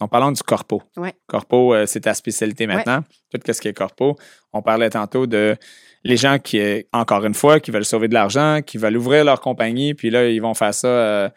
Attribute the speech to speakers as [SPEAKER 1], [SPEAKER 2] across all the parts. [SPEAKER 1] Donc, parlons du corpo.
[SPEAKER 2] Ouais.
[SPEAKER 1] Corpo, euh, c'est ta spécialité maintenant. Tout ce qui est corpo. On parlait tantôt de les gens qui, euh, encore une fois, qui veulent sauver de l'argent, qui veulent ouvrir leur compagnie, puis là, ils vont faire ça euh,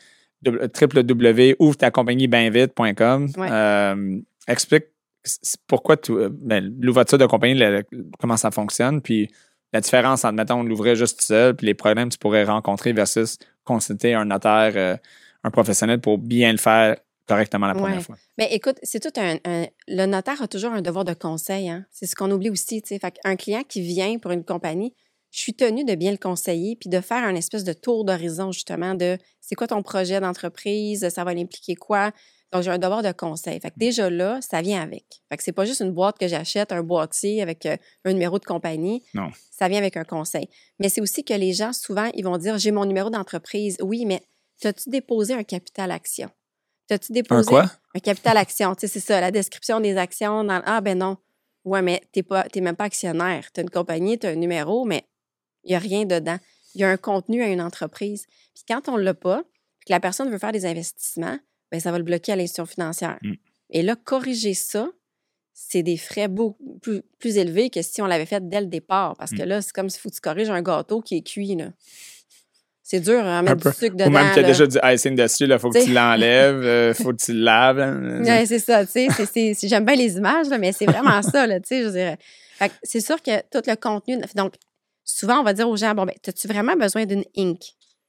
[SPEAKER 1] www.ouvre-ta-compagnie-bien-vite.com.
[SPEAKER 2] Ouais.
[SPEAKER 1] Euh, explique c- pourquoi tu- euh, ben, l'ouverture de compagnie, le- le- comment ça fonctionne, puis la différence entre, mettons, l'ouvrir juste tout seul, puis les problèmes que tu pourrais rencontrer versus consulter un notaire, euh, un professionnel pour bien le faire correctement la première
[SPEAKER 2] Ouais.
[SPEAKER 1] fois.
[SPEAKER 2] Mais écoute, c'est tout un, un- Le notaire a toujours un devoir de conseil. hein. C'est ce qu'on oublie aussi. tu sais. Fait un client qui vient pour une compagnie, je suis tenue de bien le conseiller puis de faire un espèce de tour d'horizon, justement, de c'est quoi ton projet d'entreprise, ça va l'impliquer quoi. Donc, j'ai un devoir de conseil. Fait que déjà là, ça vient avec. Fait que c'est pas juste une boîte que j'achète, un boîtier avec euh, un numéro de compagnie.
[SPEAKER 1] Non.
[SPEAKER 2] Ça vient avec un conseil. Mais c'est aussi que les gens, souvent, ils vont dire j'ai mon numéro d'entreprise. Oui, mais t'as-tu déposé un capital action? T'as-tu déposé.
[SPEAKER 1] Un quoi?
[SPEAKER 2] Un capital action, tu sais, c'est ça, la description des actions. Dans... Ah, ben non. Ouais, mais t'es pas, t'es même pas actionnaire. T'as une compagnie, t'as un numéro, mais il n'y a rien dedans. Il y a un contenu à une entreprise. Puis quand on l'a pas, puis que la personne veut faire des investissements, ben ça va le bloquer à l'institution financière.
[SPEAKER 1] Mm.
[SPEAKER 2] Et là, corriger ça, c'est des frais beaucoup plus, plus élevés que si on l'avait fait dès le départ. Parce
[SPEAKER 1] Mm.
[SPEAKER 2] que là, c'est comme si faut que tu corriges un gâteau qui est cuit, là. C'est dur à mettre
[SPEAKER 1] peu.
[SPEAKER 2] du sucre
[SPEAKER 1] Ou
[SPEAKER 2] dedans.
[SPEAKER 1] même qu'il y a
[SPEAKER 2] là.
[SPEAKER 1] déjà du icing dessus, il faut que
[SPEAKER 2] T'sais.
[SPEAKER 1] tu l'enlèves, euh, faut que tu le laves. hein.
[SPEAKER 2] Ouais, c'est ça, tu sais. c'est- c'est- c'est- J'aime bien les images, là, mais c'est vraiment ça, là, tu sais, je dirais. Fait que c'est sûr que tout le contenu. Donc, souvent, on va dire aux gens, bon, ben, as-tu vraiment besoin d'une Inc?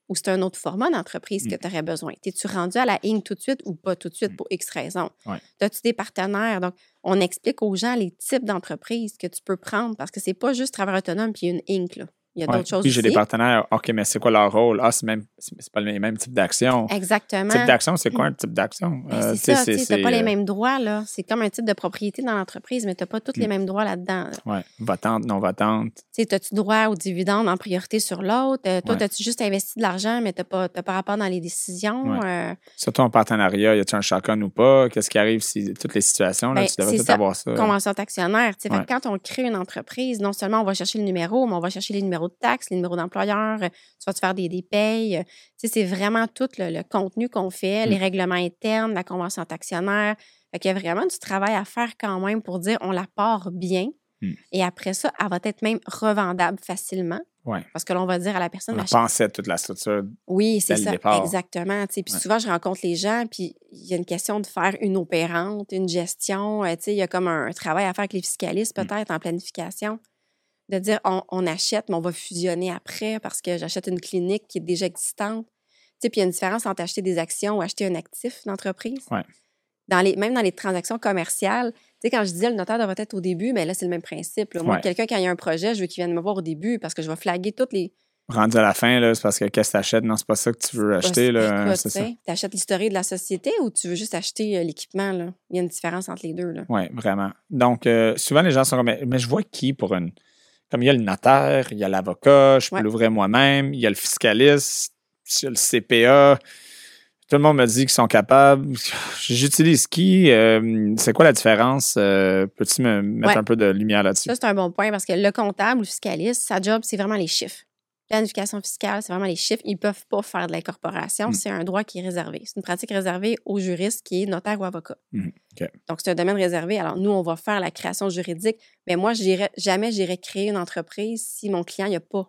[SPEAKER 2] Ou c'est un autre format d'entreprise
[SPEAKER 1] Mm.
[SPEAKER 2] que tu aurais besoin? T'es-tu rendu à la Inc tout de suite ou pas tout de suite pour X raisons?
[SPEAKER 1] Ouais.
[SPEAKER 2] As-tu des partenaires? Donc, on explique aux gens les types d'entreprises que tu peux prendre parce que c'est pas juste travail autonome puis une Inc, là. Il y a
[SPEAKER 1] Ouais.
[SPEAKER 2] d'autres choses
[SPEAKER 1] Puis j'ai des
[SPEAKER 2] aussi.
[SPEAKER 1] partenaires, Ah, OK, mais c'est quoi leur rôle? Ah, c'est même c'est c'est pas le même type d'action.
[SPEAKER 2] Exactement.
[SPEAKER 1] Type d'action, c'est quoi un type d'action?
[SPEAKER 2] Ben,
[SPEAKER 1] Euh, tu
[SPEAKER 2] c'est
[SPEAKER 1] sais,
[SPEAKER 2] ça, tu n'as pas les
[SPEAKER 1] euh,
[SPEAKER 2] mêmes droits, là. C'est comme un titre de propriété dans l'entreprise, mais tu n'as pas tous les
[SPEAKER 1] Mm.
[SPEAKER 2] mêmes droits là-dedans. là.
[SPEAKER 1] Ouais, votante, non votante.
[SPEAKER 2] Tu sais, as-tu droit aux dividendes en priorité sur l'autre? Euh, toi,
[SPEAKER 1] Ouais.
[SPEAKER 2] as-tu juste investi de l'argent, mais tu n'as pas, t'as pas rapport dans les décisions? Euh,
[SPEAKER 1] Surtout en partenariat, y a-tu un chacun ou pas? Qu'est-ce qui arrive si toutes les situations, là,
[SPEAKER 2] Ben,
[SPEAKER 1] tu devrais
[SPEAKER 2] c'est
[SPEAKER 1] tout
[SPEAKER 2] ça.
[SPEAKER 1] avoir ça.
[SPEAKER 2] Convention d'actionnaire. tu sais. Fait que
[SPEAKER 1] Ouais.
[SPEAKER 2] Quand on crée une entreprise, non seulement on va chercher le numéro, mais on va chercher les numéros de taxes, les numéros d'employeur, euh, tu vas te faire des, des payes. euh, tu sais, C'est vraiment tout le, le contenu qu'on fait,
[SPEAKER 1] Mm.
[SPEAKER 2] les règlements internes, la convention d'actionnaire. Fait qu'il y a vraiment du travail à faire quand même pour dire on la part bien.
[SPEAKER 1] Mm.
[SPEAKER 2] Et après ça, elle va être même revendable facilement.
[SPEAKER 1] Ouais.
[SPEAKER 2] Parce que l'on va dire à la personne,
[SPEAKER 1] On
[SPEAKER 2] Ben,
[SPEAKER 1] pensait toute la structure.
[SPEAKER 2] Oui, c'est
[SPEAKER 1] dès le
[SPEAKER 2] ça,
[SPEAKER 1] départ.
[SPEAKER 2] exactement. tu sais. Puis
[SPEAKER 1] Ouais.
[SPEAKER 2] souvent, je rencontre les gens, puis il y a une question de faire une opérante, une gestion. euh, tu sais, Il y a comme un travail à faire avec les fiscalistes,
[SPEAKER 1] Mm.
[SPEAKER 2] peut-être, en planification. De dire, on, on achète, mais on va fusionner après parce que j'achète une clinique qui est déjà existante. Tu sais, puis il y a une différence entre acheter des actions ou acheter un actif d'entreprise.
[SPEAKER 1] Ouais.
[SPEAKER 2] Dans les, même dans les transactions commerciales, tu sais, quand je disais le notaire devrait être au début, mais là, c'est le même principe. là. Moi,
[SPEAKER 1] Ouais.
[SPEAKER 2] quelqu'un qui a eu un projet, je veux qu'il vienne me voir au début parce que je vais flaguer toutes les,
[SPEAKER 1] Rendu à la fin, là, c'est parce que qu'est-ce que t'achètes? Non, c'est pas ça que tu
[SPEAKER 2] Bah,
[SPEAKER 1] veux acheter, là. C'est ça.
[SPEAKER 2] Tu achètes hein, l'historique de la société ou tu veux juste acheter euh, l'équipement? là? Il y a une différence entre les deux. Là.
[SPEAKER 1] Oui, vraiment. Donc, euh, souvent, les gens sont comme, mais, mais je vois qui pour une. Comme il y a le notaire, il y a l'avocat, je peux
[SPEAKER 2] Ouais.
[SPEAKER 1] l'ouvrir moi-même, il y a le fiscaliste, il y a le CPA. Tout le monde me dit qu'ils sont capables. J'utilise qui? Euh, c'est quoi la différence? Euh, Peux-tu me mettre
[SPEAKER 2] Ouais.
[SPEAKER 1] un peu de lumière là-dessus?
[SPEAKER 2] Ça, c'est un bon point parce que le comptable ou le fiscaliste, sa job, c'est vraiment les chiffres. Planification fiscale, c'est vraiment les chiffres. Ils ne peuvent pas faire de l'incorporation.
[SPEAKER 1] Mm.
[SPEAKER 2] C'est un droit qui est réservé. C'est une pratique réservée aux juristes qui est notaire ou avocat.
[SPEAKER 1] Mhm. OK.
[SPEAKER 2] Donc, c'est un domaine réservé. Alors, nous, on va faire la création juridique. Mais moi, j'irai- jamais j'irai créer une entreprise si mon client n'a pas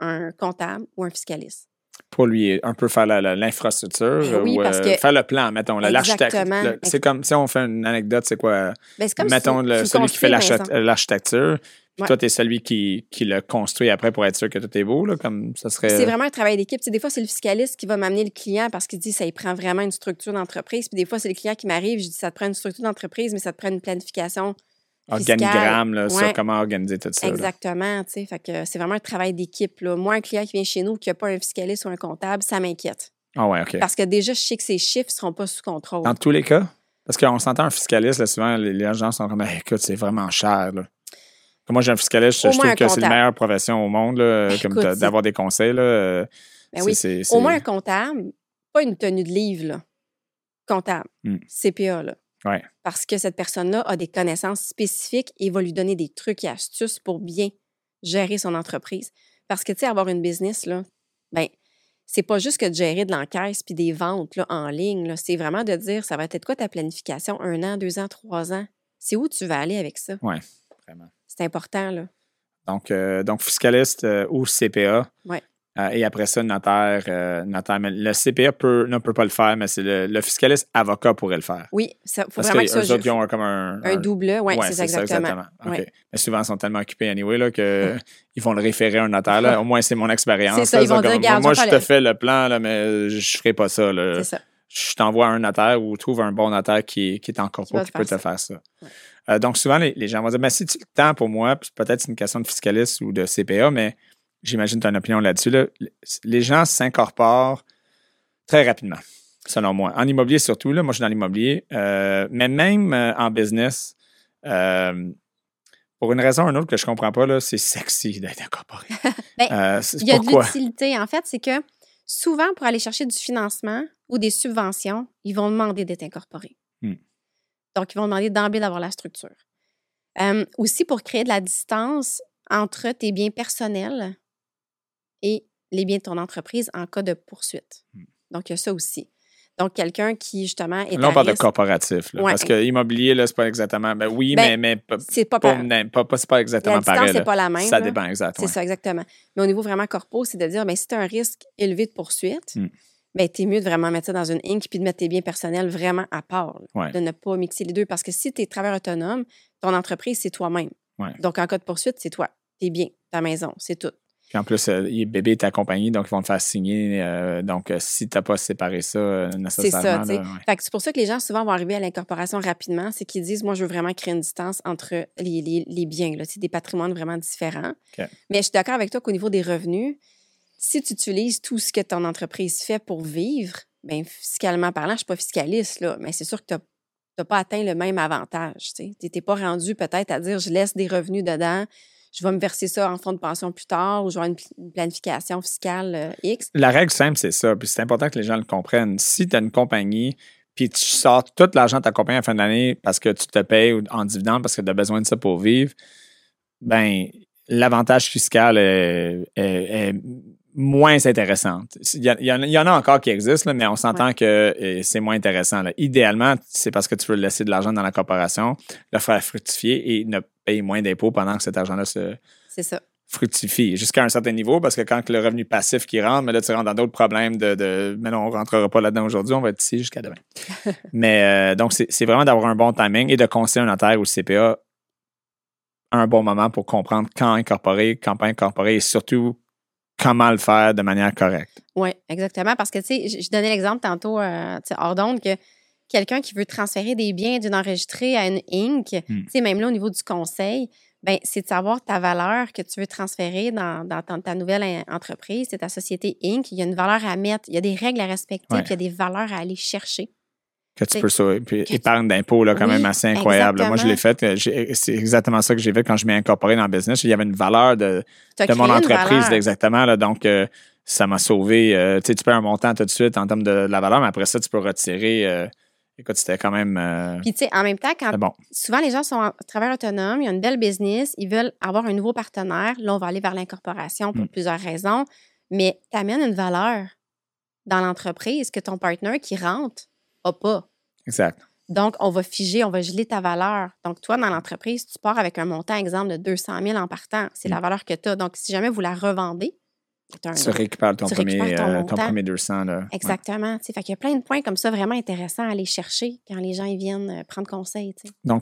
[SPEAKER 2] un comptable ou un fiscaliste.
[SPEAKER 1] Pour lui, un peu faire la- la- l'infrastructure.
[SPEAKER 2] Ben oui,
[SPEAKER 1] ou,
[SPEAKER 2] parce
[SPEAKER 1] euh,
[SPEAKER 2] que-
[SPEAKER 1] faire le plan, mettons, là, l'architecte.
[SPEAKER 2] Exactement.
[SPEAKER 1] Le- C'est comme, si on fait une anecdote, c'est quoi? euh,
[SPEAKER 2] Ben, c'est comme si
[SPEAKER 1] mettons,
[SPEAKER 2] tu-
[SPEAKER 1] le-
[SPEAKER 2] tu
[SPEAKER 1] celui qui fait
[SPEAKER 2] construis une
[SPEAKER 1] l'archi-
[SPEAKER 2] maison.
[SPEAKER 1] euh, l'architecture, puis
[SPEAKER 2] Ouais.
[SPEAKER 1] toi, tu es celui qui, qui le construit après pour être sûr que tout est beau, là, comme ça serait...
[SPEAKER 2] C'est vraiment un travail d'équipe. Tu sais, des fois, c'est le fiscaliste qui va m'amener le client parce qu'il dit ça il prend vraiment une structure d'entreprise. Puis des fois, c'est le client qui m'arrive, je dis ça te prend une structure d'entreprise, mais ça te prend une planification. fiscal.
[SPEAKER 1] organigramme, là, sur
[SPEAKER 2] Ouais.
[SPEAKER 1] comment organiser tout ça. là.
[SPEAKER 2] Exactement. Tu sais, fait que c'est vraiment un travail d'équipe. là. Moi, un client qui vient chez nous qui n'a pas un fiscaliste ou un comptable, ça m'inquiète.
[SPEAKER 1] Ah ouais, OK.
[SPEAKER 2] Parce que déjà, je sais que ses chiffres ne seront pas sous contrôle.
[SPEAKER 1] Dans tous les cas, parce qu'on s'entend un fiscaliste, là, souvent, les, les gens sont comme, Hey, écoute, c'est vraiment cher, là. Comme Moi, j'ai un fiscaliste, je,
[SPEAKER 2] Au
[SPEAKER 1] je
[SPEAKER 2] moins
[SPEAKER 1] trouve
[SPEAKER 2] un
[SPEAKER 1] que c'est la
[SPEAKER 2] comptable.
[SPEAKER 1] meilleure profession au monde, là,
[SPEAKER 2] Ben,
[SPEAKER 1] comme
[SPEAKER 2] écoute,
[SPEAKER 1] d'a-
[SPEAKER 2] c'est-
[SPEAKER 1] d'avoir des conseils. Là, euh,
[SPEAKER 2] Ben
[SPEAKER 1] c'est-
[SPEAKER 2] oui.
[SPEAKER 1] c'est- c'est-
[SPEAKER 2] Au moins un comptable, pas une tenue de livre, là. comptable,
[SPEAKER 1] Hmm.
[SPEAKER 2] CPA. Là.
[SPEAKER 1] Ouais.
[SPEAKER 2] Parce que cette personne-là a des connaissances spécifiques et va lui donner des trucs et astuces pour bien gérer son entreprise. Parce que, tu sais, avoir une business, là, ben, c'est pas juste que de gérer de l'encaisse puis des ventes là, en ligne. là. C'est vraiment de dire ça va être quoi ta planification un an, deux ans, trois ans. C'est où tu vas aller avec ça?
[SPEAKER 1] Ouais, vraiment.
[SPEAKER 2] C'est important, là.
[SPEAKER 1] Donc, euh, donc fiscaliste euh, ou CPA.
[SPEAKER 2] Ouais.
[SPEAKER 1] Euh, et après ça, notaire, euh, notaire. Mais le CPA peut, ne peut pas le faire, mais c'est le, le fiscaliste avocat pourrait le faire.
[SPEAKER 2] Oui, ça faut
[SPEAKER 1] Parce
[SPEAKER 2] vraiment que
[SPEAKER 1] que
[SPEAKER 2] ça.
[SPEAKER 1] eux autres, ils
[SPEAKER 2] Un,
[SPEAKER 1] ont comme un, un-
[SPEAKER 2] double,
[SPEAKER 1] Ouais,
[SPEAKER 2] oui, c'est ça, exactement.
[SPEAKER 1] OK.
[SPEAKER 2] Ouais.
[SPEAKER 1] Mais souvent, ils sont tellement occupés anyway là, que ils vont le référer à un notaire. là. Au moins, c'est mon expérience.
[SPEAKER 2] C'est ça,
[SPEAKER 1] là.
[SPEAKER 2] ils vont dire,
[SPEAKER 1] comme,
[SPEAKER 2] Regarde,
[SPEAKER 1] moi,
[SPEAKER 2] on va
[SPEAKER 1] je te
[SPEAKER 2] le-
[SPEAKER 1] fais le plan, là, mais je ferai pas ça. là.
[SPEAKER 2] C'est ça.
[SPEAKER 1] Je t'envoie un notaire ou trouve un bon notaire qui, qui est en corpo
[SPEAKER 2] vas te
[SPEAKER 1] qui peut
[SPEAKER 2] faire
[SPEAKER 1] te faire ça.
[SPEAKER 2] Ouais.
[SPEAKER 1] Euh, donc, souvent, les, les gens vont dire Mais si tu le temps pour moi, puis peut-être c'est une question de fiscaliste ou de CPA, mais j'imagine tu as une opinion là-dessus. là. Les gens s'incorporent très rapidement, selon moi. En immobilier surtout, là, moi je suis dans l'immobilier, euh, mais même euh, en business, euh, pour une raison ou une autre que je comprends pas, là, c'est sexy d'être incorporé.
[SPEAKER 2] Ben,
[SPEAKER 1] Euh, c'est-
[SPEAKER 2] Il y a
[SPEAKER 1] pourquoi?
[SPEAKER 2] de l'utilité. En fait, c'est que souvent, pour aller chercher du financement ou des subventions, ils vont demander d'être incorporés.
[SPEAKER 1] Hmm.
[SPEAKER 2] Donc, ils vont demander d'emblée d'avoir la structure. Euh, aussi, pour créer de la distance entre tes biens personnels et les biens de ton entreprise en cas de poursuite.
[SPEAKER 1] Hmm.
[SPEAKER 2] Donc, il y a ça aussi. Donc, quelqu'un qui, justement, est
[SPEAKER 1] Là, on
[SPEAKER 2] à
[SPEAKER 1] parle de
[SPEAKER 2] risque,
[SPEAKER 1] corporatif, là,
[SPEAKER 2] Ouais.
[SPEAKER 1] parce que immobilier, là, c'est pas exactement. Ben oui,
[SPEAKER 2] Ben,
[SPEAKER 1] mais, mais pas,
[SPEAKER 2] c'est pas,
[SPEAKER 1] pas-
[SPEAKER 2] pareil.
[SPEAKER 1] non, pas- pas- c'est pas exactement
[SPEAKER 2] La distance
[SPEAKER 1] pareil.
[SPEAKER 2] n'est
[SPEAKER 1] là.
[SPEAKER 2] pas la même.
[SPEAKER 1] ça
[SPEAKER 2] là.
[SPEAKER 1] dépend, exact.
[SPEAKER 2] C'est
[SPEAKER 1] ouais.
[SPEAKER 2] ça, exactement. Mais au niveau vraiment corpo, c'est de dire, ben, si tu as un risque élevé de poursuite,
[SPEAKER 1] Hmm.
[SPEAKER 2] ben, t'es mieux de vraiment mettre ça dans une inc puis de mettre tes biens personnels vraiment à part, là.
[SPEAKER 1] Ouais.
[SPEAKER 2] de ne pas mixer les deux. Parce que si tu es travailleur autonome, ton entreprise, c'est toi-même.
[SPEAKER 1] Ouais.
[SPEAKER 2] Donc, en cas de poursuite, c'est toi, tes biens, ta maison, c'est tout.
[SPEAKER 1] Puis en plus, euh, il- bébé est accompagné, donc ils vont te faire signer. euh, donc, euh, si t'as pas séparé ça euh, nécessairement.
[SPEAKER 2] tu sais.
[SPEAKER 1] là, ouais.
[SPEAKER 2] Fait que c'est pour ça que les gens souvent vont arriver à l'incorporation rapidement, c'est qu'ils disent, moi, je veux vraiment créer une distance entre les, les- les biens, là. c'est des patrimoines vraiment différents.
[SPEAKER 1] OK.
[SPEAKER 2] Mais je suis d'accord avec toi qu'au niveau des revenus, si tu utilises tout ce que ton entreprise fait pour vivre, bien, fiscalement parlant, je ne suis pas fiscaliste, là, mais c'est sûr que tu n'as pas atteint le même avantage. Tu n'étais pas rendu peut-être à dire, je laisse des revenus dedans, je vais me verser ça en fonds de pension plus tard ou j'aurai une, pl- une planification fiscale euh, X.
[SPEAKER 1] La règle simple, c'est ça. Puis c'est important que les gens le comprennent. Si tu as une compagnie, puis tu sors tout l'argent de ta compagnie à la fin de l'année parce que tu te payes ou- en dividende parce que tu as besoin de ça pour vivre, ben l'avantage fiscal est, est- est moins intéressant. Il y, a- il y en a- il y en a encore qui existent, là, mais on s'entend que euh, c'est moins intéressant. là. Idéalement, c'est parce que tu veux laisser de l'argent dans la corporation, le faire fructifier et ne payer moins d'impôts pendant que cet argent-là se,
[SPEAKER 2] C'est ça.
[SPEAKER 1] fructifie jusqu'à un certain niveau parce que quand le revenu passif qui rentre, mais là, tu rentres dans d'autres problèmes de, de mais non, on rentrera pas là-dedans aujourd'hui, on va être ici jusqu'à demain. mais euh, donc, c'est c'est vraiment d'avoir un bon timing et de conseiller un notaire ou le CPA à un bon moment pour comprendre quand incorporer, quand pas incorporer et surtout comment le faire de manière correcte.
[SPEAKER 2] Oui, exactement. Parce que, tu sais, je- je donnais l'exemple tantôt, euh, tu sais, hors d'onde, que quelqu'un qui veut transférer des biens d'une enregistrée à une Inc.,
[SPEAKER 1] Hmm.
[SPEAKER 2] tu sais, même là, au niveau du conseil, ben, c'est de savoir ta valeur que tu veux transférer dans, dans ton- ta nouvelle en- entreprise, c'est ta société Inc. Il y a une valeur à mettre, il y a des règles à respecter,
[SPEAKER 1] Ouais.
[SPEAKER 2] puis il y a des valeurs à aller chercher.
[SPEAKER 1] Que tu
[SPEAKER 2] C'est-
[SPEAKER 1] peux sauver. Puis
[SPEAKER 2] que tu-
[SPEAKER 1] épargne d'impôts, là, quand
[SPEAKER 2] Oui,
[SPEAKER 1] même assez incroyable. Moi, je l'ai
[SPEAKER 2] exactement.
[SPEAKER 1] fait. euh, j'ai- C'est exactement ça que j'ai fait quand je m'ai incorporé dans le business. Il y avait une valeur de
[SPEAKER 2] T'as
[SPEAKER 1] de
[SPEAKER 2] créé
[SPEAKER 1] mon
[SPEAKER 2] une
[SPEAKER 1] entreprise,
[SPEAKER 2] valeur.
[SPEAKER 1] là, exactement. Là, donc, euh, ça m'a sauvé. euh, tu sais, tu perds un montant tout de suite en termes de, de la valeur, mais après ça, tu peux retirer. euh, écoute, c'était quand même euh,
[SPEAKER 2] Puis, tu sais, en même temps, quand
[SPEAKER 1] c'était bon.
[SPEAKER 2] souvent, les gens sont en travail autonome, ils ont une belle business, ils veulent avoir un nouveau partenaire. Là, on va aller vers l'incorporation pour
[SPEAKER 1] Mm.
[SPEAKER 2] plusieurs raisons, mais tu amènes une valeur dans l'entreprise que ton partenaire qui rentre n'a pas.
[SPEAKER 1] Exact.
[SPEAKER 2] Donc, on va figer, on va geler ta valeur. Donc, toi, dans l'entreprise, tu pars avec un montant, exemple, de 200 000 en partant. C'est la valeur que tu as. Donc, si jamais vous la revendez, t'as un-
[SPEAKER 1] Mm. Tu récupères ton,
[SPEAKER 2] tu
[SPEAKER 1] premier,
[SPEAKER 2] récupères ton
[SPEAKER 1] euh, ton
[SPEAKER 2] montant.
[SPEAKER 1] premier 200. Là. Ouais.
[SPEAKER 2] Exactement. tu sais. Fait qu'il y a plein de points comme ça vraiment intéressants à aller chercher quand les gens ils viennent euh, prendre conseil. tu sais.
[SPEAKER 1] Donc,